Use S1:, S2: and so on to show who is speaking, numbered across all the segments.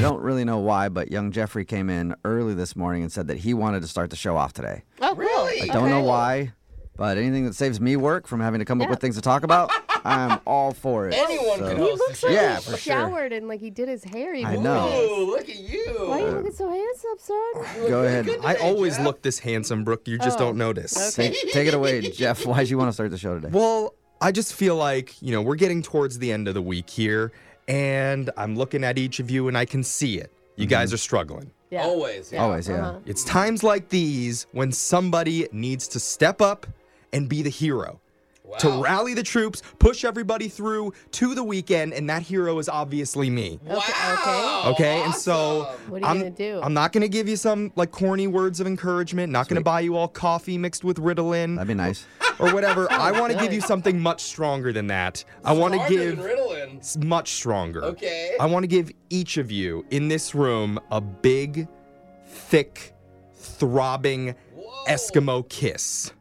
S1: don't really know why, but young Jeffrey came in early this morning and said that he wanted to start the show off today.
S2: Oh, really?
S1: I don't know why, but anything that saves me work from having to come up with things to talk about, I'm all for it.
S3: Anyone
S1: So-
S3: can
S2: He
S3: host a
S2: looks
S3: show.
S2: like
S1: Yeah,
S2: he
S1: for sure.
S2: showered and like he did his hair. Even
S1: I know.
S3: Ooh, look at you.
S2: Why are you looking so handsome, son?
S3: You look
S1: Go
S3: really
S1: ahead.
S3: good
S4: I
S3: today,
S4: always
S3: Jeff.
S4: look this handsome, Brooke. You just
S2: Oh,
S4: don't notice.
S1: Take, take it away, Jeff. Why'd you want to start the show today?
S4: Well, I just feel like, you know, we're getting towards the end of the week here, and I'm looking at each of you and I can see it. You
S3: Mm-hmm.
S4: guys are struggling.
S2: Yeah.
S3: Always. Yeah.
S1: Always, yeah.
S2: Uh-huh.
S4: It's times like these when somebody needs to step up and be the hero.
S1: Oh,
S4: To
S3: Wow.
S4: rally the troops, push everybody through to the weekend, and that hero is obviously me.
S2: Okay,
S3: Wow,
S4: Okay, and so
S3: Oh, awesome.
S2: What are you
S4: I'm,
S2: gonna do?
S4: I'm not gonna give you some like corny words of encouragement. Not gonna buy you all coffee mixed with Ritalin.
S1: That'd be nice.
S4: or whatever. I want to give
S2: good.
S4: you something much stronger than that. I want to
S3: Harder than
S4: give
S3: Ritalin.
S4: s- much stronger.
S3: Okay.
S4: I want to give each of you in this room a big, thick, throbbing
S3: Whoa.
S4: Eskimo kiss.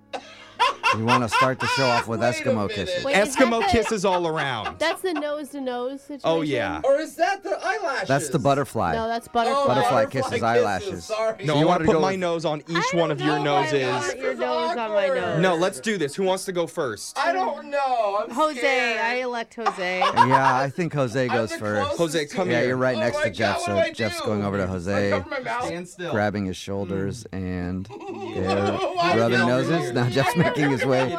S1: You want to start the show off with
S3: Wait a
S1: Eskimo
S3: minute.
S1: kisses.
S2: Wait, is that
S4: Eskimo
S2: the-
S4: kisses all around.
S2: That's the nose to nose situation.
S4: Oh, yeah.
S3: Or is that the eyelashes?
S1: That's the butterfly.
S2: No, that's
S3: Oh,
S2: butterfly.
S1: Butterfly kisses, eyelashes.
S3: Sorry.
S1: you
S4: no, I want
S1: wanted
S4: to
S1: to
S4: put
S1: go
S4: my
S1: with-
S4: nose on each
S2: I
S4: one of
S2: don't
S4: your
S2: know if I
S4: noses.
S2: want your nose on my nose.
S4: No, let's do this. Who wants to go first?
S3: I don't know. I'm
S2: Jose,
S3: scared.
S2: I elect Jose.
S1: Yeah, I think Jose
S3: I'm
S1: goes
S3: the
S1: first.
S3: closest
S4: Jose,
S3: to
S4: come
S3: you.
S4: here.
S1: Yeah, you're right
S3: Oh
S1: next
S3: my
S1: to Jeff,
S3: God,
S1: so
S3: what do I
S1: Jeff's
S3: do?
S1: going over to Jose.
S3: I cover my mouth.
S4: still.
S1: grabbing his shoulders and they're
S3: Why
S1: rubbing
S4: did you-
S1: noses. Now Jeff's making his way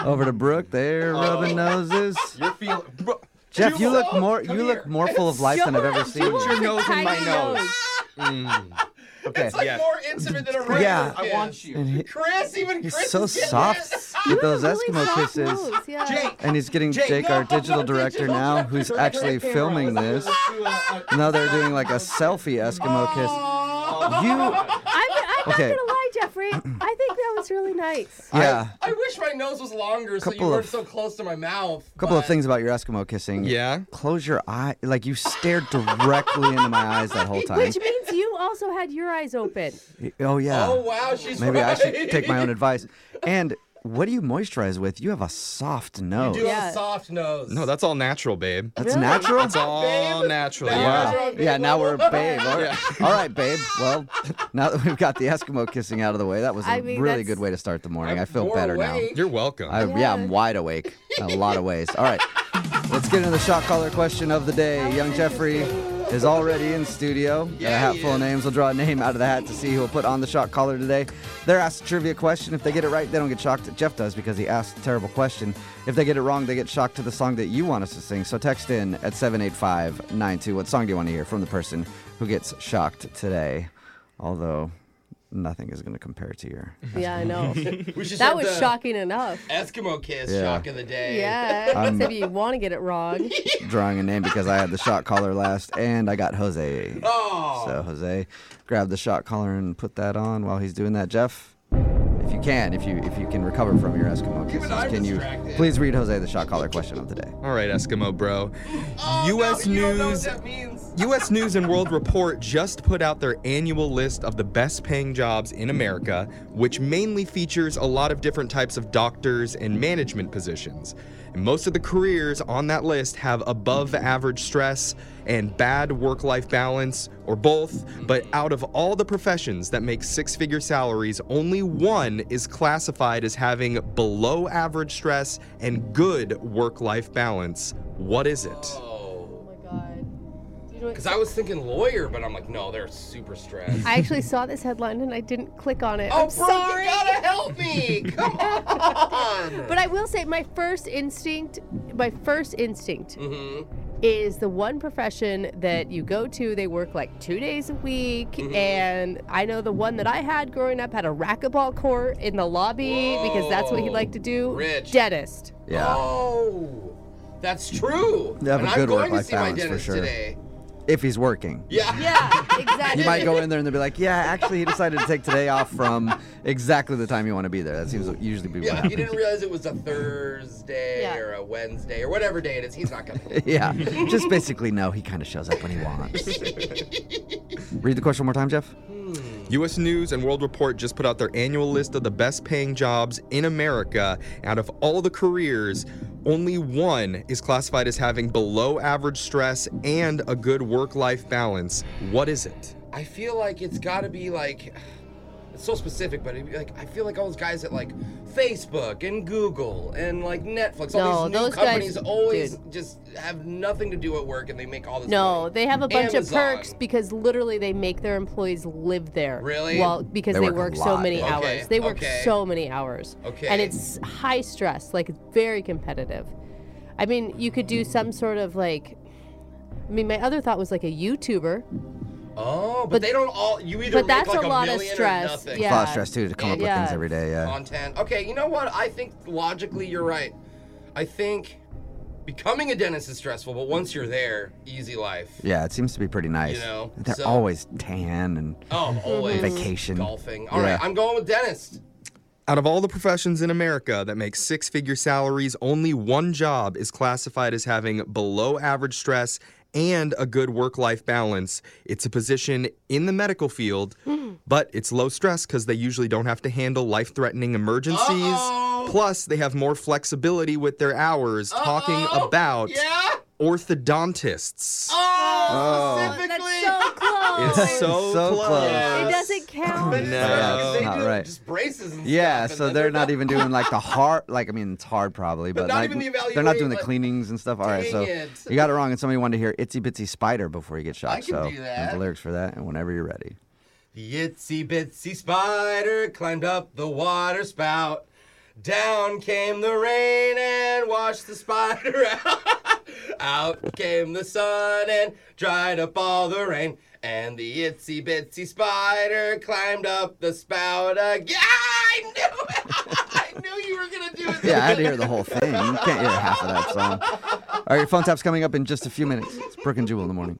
S1: over to Brooke. They're rubbing noses.
S4: You're feeling. Bro,
S1: Jeff, you
S4: Jewel,
S1: look more
S4: come
S1: you look
S4: here.
S1: more full of life than I've ever seen
S4: Put
S1: you.
S4: your nose in my
S2: Tiny
S4: nose.
S2: nose.
S1: Okay.
S3: It's like
S4: Yeah.
S3: more intimate than a regular
S1: Yeah.
S3: kiss.
S1: I
S4: want you.
S1: And he-
S3: Chris, even
S1: he's
S3: Chris
S1: so
S3: is getting
S1: soft
S3: it.
S1: with those
S2: Really
S1: Eskimo
S2: soft
S1: kisses.
S2: nose, yeah.
S1: And he's getting
S4: Jake,
S1: Jake, our
S3: no,
S1: digital
S3: no,
S1: director
S3: digital
S1: now,
S3: director.
S1: who's actually filming this. Now they're doing like a selfie Eskimo kiss.
S3: Aw.
S1: You,
S2: I'm, I'm
S1: Okay.
S2: not gonna lie, Jeffrey. I think that was really nice.
S1: yeah.
S3: I wish my nose was longer so you
S1: Couple
S3: weren't
S1: of-
S3: so close to my mouth.
S1: couple of
S3: but-
S1: things about your Eskimo kissing.
S4: Yeah?
S1: Close your eye. Like you stared directly into my eyes that whole time.
S2: Which means you also had your eyes open.
S1: Oh yeah.
S3: Oh wow, she's
S1: Maybe I should take my own
S3: right.
S1: advice. And what do you moisturize with? You have a soft nose.
S3: You have
S2: Yeah.
S3: a soft nose.
S4: No, that's all natural, babe.
S1: That's natural.
S4: It's all
S3: Babe,
S4: natural.
S3: that
S4: Yeah.
S3: was
S1: Wow.
S3: natural,
S1: Yeah, now we're
S3: people.
S1: babe. All right. all right, babe. Well, now that we've got the Eskimo kissing out of the way, that was a
S2: I mean,
S1: really
S2: that's-
S1: good way to start the morning.
S3: I'm
S1: I feel
S3: more
S1: better
S3: awake.
S4: You're welcome.
S1: now. I, yeah.
S2: Yeah.
S1: I'm wide awake in a lot of ways. All right, let's get into the shot caller question of the day. Young Jeffrey is already in studio. Got a
S3: Yeah,
S1: hat
S3: he
S1: full of
S3: is.
S1: names. We'll draw a name out of the hat to see who will put on the shot caller today. They're asked a trivia question. If they get it right, they don't get shocked. Jeff does because he asked a terrible question. If they get it wrong, they get shocked to the song that you want us to sing. So text in at 78592. What song do you want to hear from the person who gets shocked today? Although nothing is going to compare to your.
S2: Yeah, I know.
S3: We
S2: That
S3: should start
S2: was
S3: the
S2: shocking enough.
S3: Eskimo kiss
S1: Yeah.
S3: shock of the day.
S2: Yeah,
S1: I'm-
S2: except you want to get it wrong.
S1: drawing a name because I had the shot caller last and I got Jose.
S3: Oh.
S1: So Jose, grab the shot collar and put that on while he's doing that. Jeff, if you can, if you if you can recover from your Eskimo kisses,
S3: I'm
S1: can you
S3: distracted.
S1: please read Jose the shot collar question of the day?
S4: All right, Eskimo bro.
S3: Oh, No,
S4: U.S.
S3: you don't know what
S4: News.
S3: that means.
S4: U.S. News and World Report just put out their annual list of the best paying jobs in America, which mainly features a lot of different types of doctors and management positions. And most of the careers on that list have above average stress and bad work life balance, or both. But out of all the professions that make six figure salaries, only one is classified as having below average stress and good work life balance. What is it?
S2: Oh
S3: Oh.
S2: my god. Do you know what-
S3: Cause I was thinking lawyer, but I'm like, no, they're super stressed.
S2: I actually saw this headline and I didn't click on it.
S3: oh,
S2: I'm
S3: bro,
S2: sorry.
S3: you gotta help me. Come on.
S2: But I will say my first instinct, my first instinct
S3: Mhm.
S2: is the one profession that you go to, they work like 2 days a week
S3: Mm-hmm.
S2: and I know the one that I had growing up had a racquetball court in the lobby because that's what he
S3: Whoa.
S2: liked to do.
S3: Rich.
S2: Dentist.
S1: Yeah.
S3: Oh, that's true.
S1: They have a
S3: and
S1: good
S3: I'm going to
S1: work-life
S3: see my
S1: balance for
S3: dentist
S1: sure.
S3: today.
S1: If he's working.
S3: Yeah.
S2: Yeah, exactly.
S1: You might go in there and they'll be like, yeah, actually, he decided to take today off from exactly the time you want to be there. That seems to usually be what
S3: Yeah, he
S1: happens.
S3: didn't realize it was a Thursday
S2: Yeah.
S3: or a Wednesday or whatever day it is. He's not coming.
S1: Yeah, just basically, no, he kind of shows up when he wants. Read the question one more time, Jeff.
S4: U.S. News and World Report just put out their annual list of the best paying jobs in America. Out of all the careers, only one is classified as having below average stress and a good work life balance. What is it?
S3: I feel like it's got to be like it's so specific, but it'd be like I feel like all those guys at like Facebook and Google and like Netflix,
S2: No,
S3: all these new
S2: those guys-
S3: companies always
S2: dude.
S3: just have nothing to do at work and they make all this.
S2: No,
S3: money.
S2: they have a bunch
S3: Amazon.
S2: of perks because literally they make their employees live there.
S3: Really?
S2: Well, because
S1: They
S2: they,
S1: work
S2: work,
S1: a
S2: so
S1: lot.
S2: many
S3: Okay,
S2: hours. They work
S3: okay.
S2: so many hours.
S3: Okay.
S2: And it's high stress, like very competitive. I mean, you could do some sort of like. I mean, my other thought was like a YouTuber,
S3: Oh, but,
S2: But-
S3: they don't all. You either
S2: but
S3: make
S2: that's
S3: like
S2: a
S3: a
S2: lot of
S3: million or
S2: stress.
S3: nothing.
S1: A lot of
S2: Yeah.
S1: stress too to come up with
S2: Yeah.
S1: things every day. Yeah.
S3: on 10. Okay, you know what? I think logically you're right. I think becoming a dentist is stressful, but once you're there, easy life.
S1: Yeah, it seems to be pretty nice.
S3: know,
S1: They're
S3: so-
S1: always tan and
S3: Oh, always.
S1: Vacation.
S3: Golfing. All
S1: Yeah.
S3: right, I'm going with dentist.
S4: Out of all the professions in America that make six figure salaries, only one job is classified as having below average stress and a good work life balance. It's a position in the medical field,
S3: Hmm.
S4: but it's low stress because they usually don't have to handle life threatening emergencies.
S3: Uh-oh.
S4: Plus, they have more flexibility with their hours, talking
S3: Uh-oh.
S4: about
S3: Yeah?
S4: orthodontists.
S3: Oh,
S1: Oh.
S3: specifically.
S2: That's so close.
S4: It's so,
S1: So
S4: close.
S1: close.
S2: It doesn't count.
S3: But it's not,
S4: No.
S3: 'cause
S4: Yeah,
S1: it's
S3: they
S1: Oh, not
S3: do
S1: right.
S3: Just braces and
S1: Yeah,
S3: stuff, and
S1: so
S3: then
S1: they're not even doing like the hard, like I mean, it's hard probably, but
S3: not
S1: like
S3: even the
S1: they're not doing
S3: evaluate,
S1: the
S3: like-
S1: cleanings and stuff. All right,
S3: Dang
S1: so
S3: it.
S1: you got it wrong, and somebody wanted to hear "Itsy Bitsy Spider" before you get shot.
S3: I can
S1: so
S3: do that.
S1: there's the lyrics for that, and whenever you're ready.
S3: The itsy bitsy spider climbed up the water spout. Down came the rain and washed the spider out. out came the sun and dried up all the rain. And the itsy bitsy spider climbed up the spout again. I knew it! I knew you were gonna do it.
S1: Yeah, I had to hear the whole thing. You can't hear half of that song. All right, your phone tap's coming up in just a few minutes. It's Brooke and Jewel in the morning.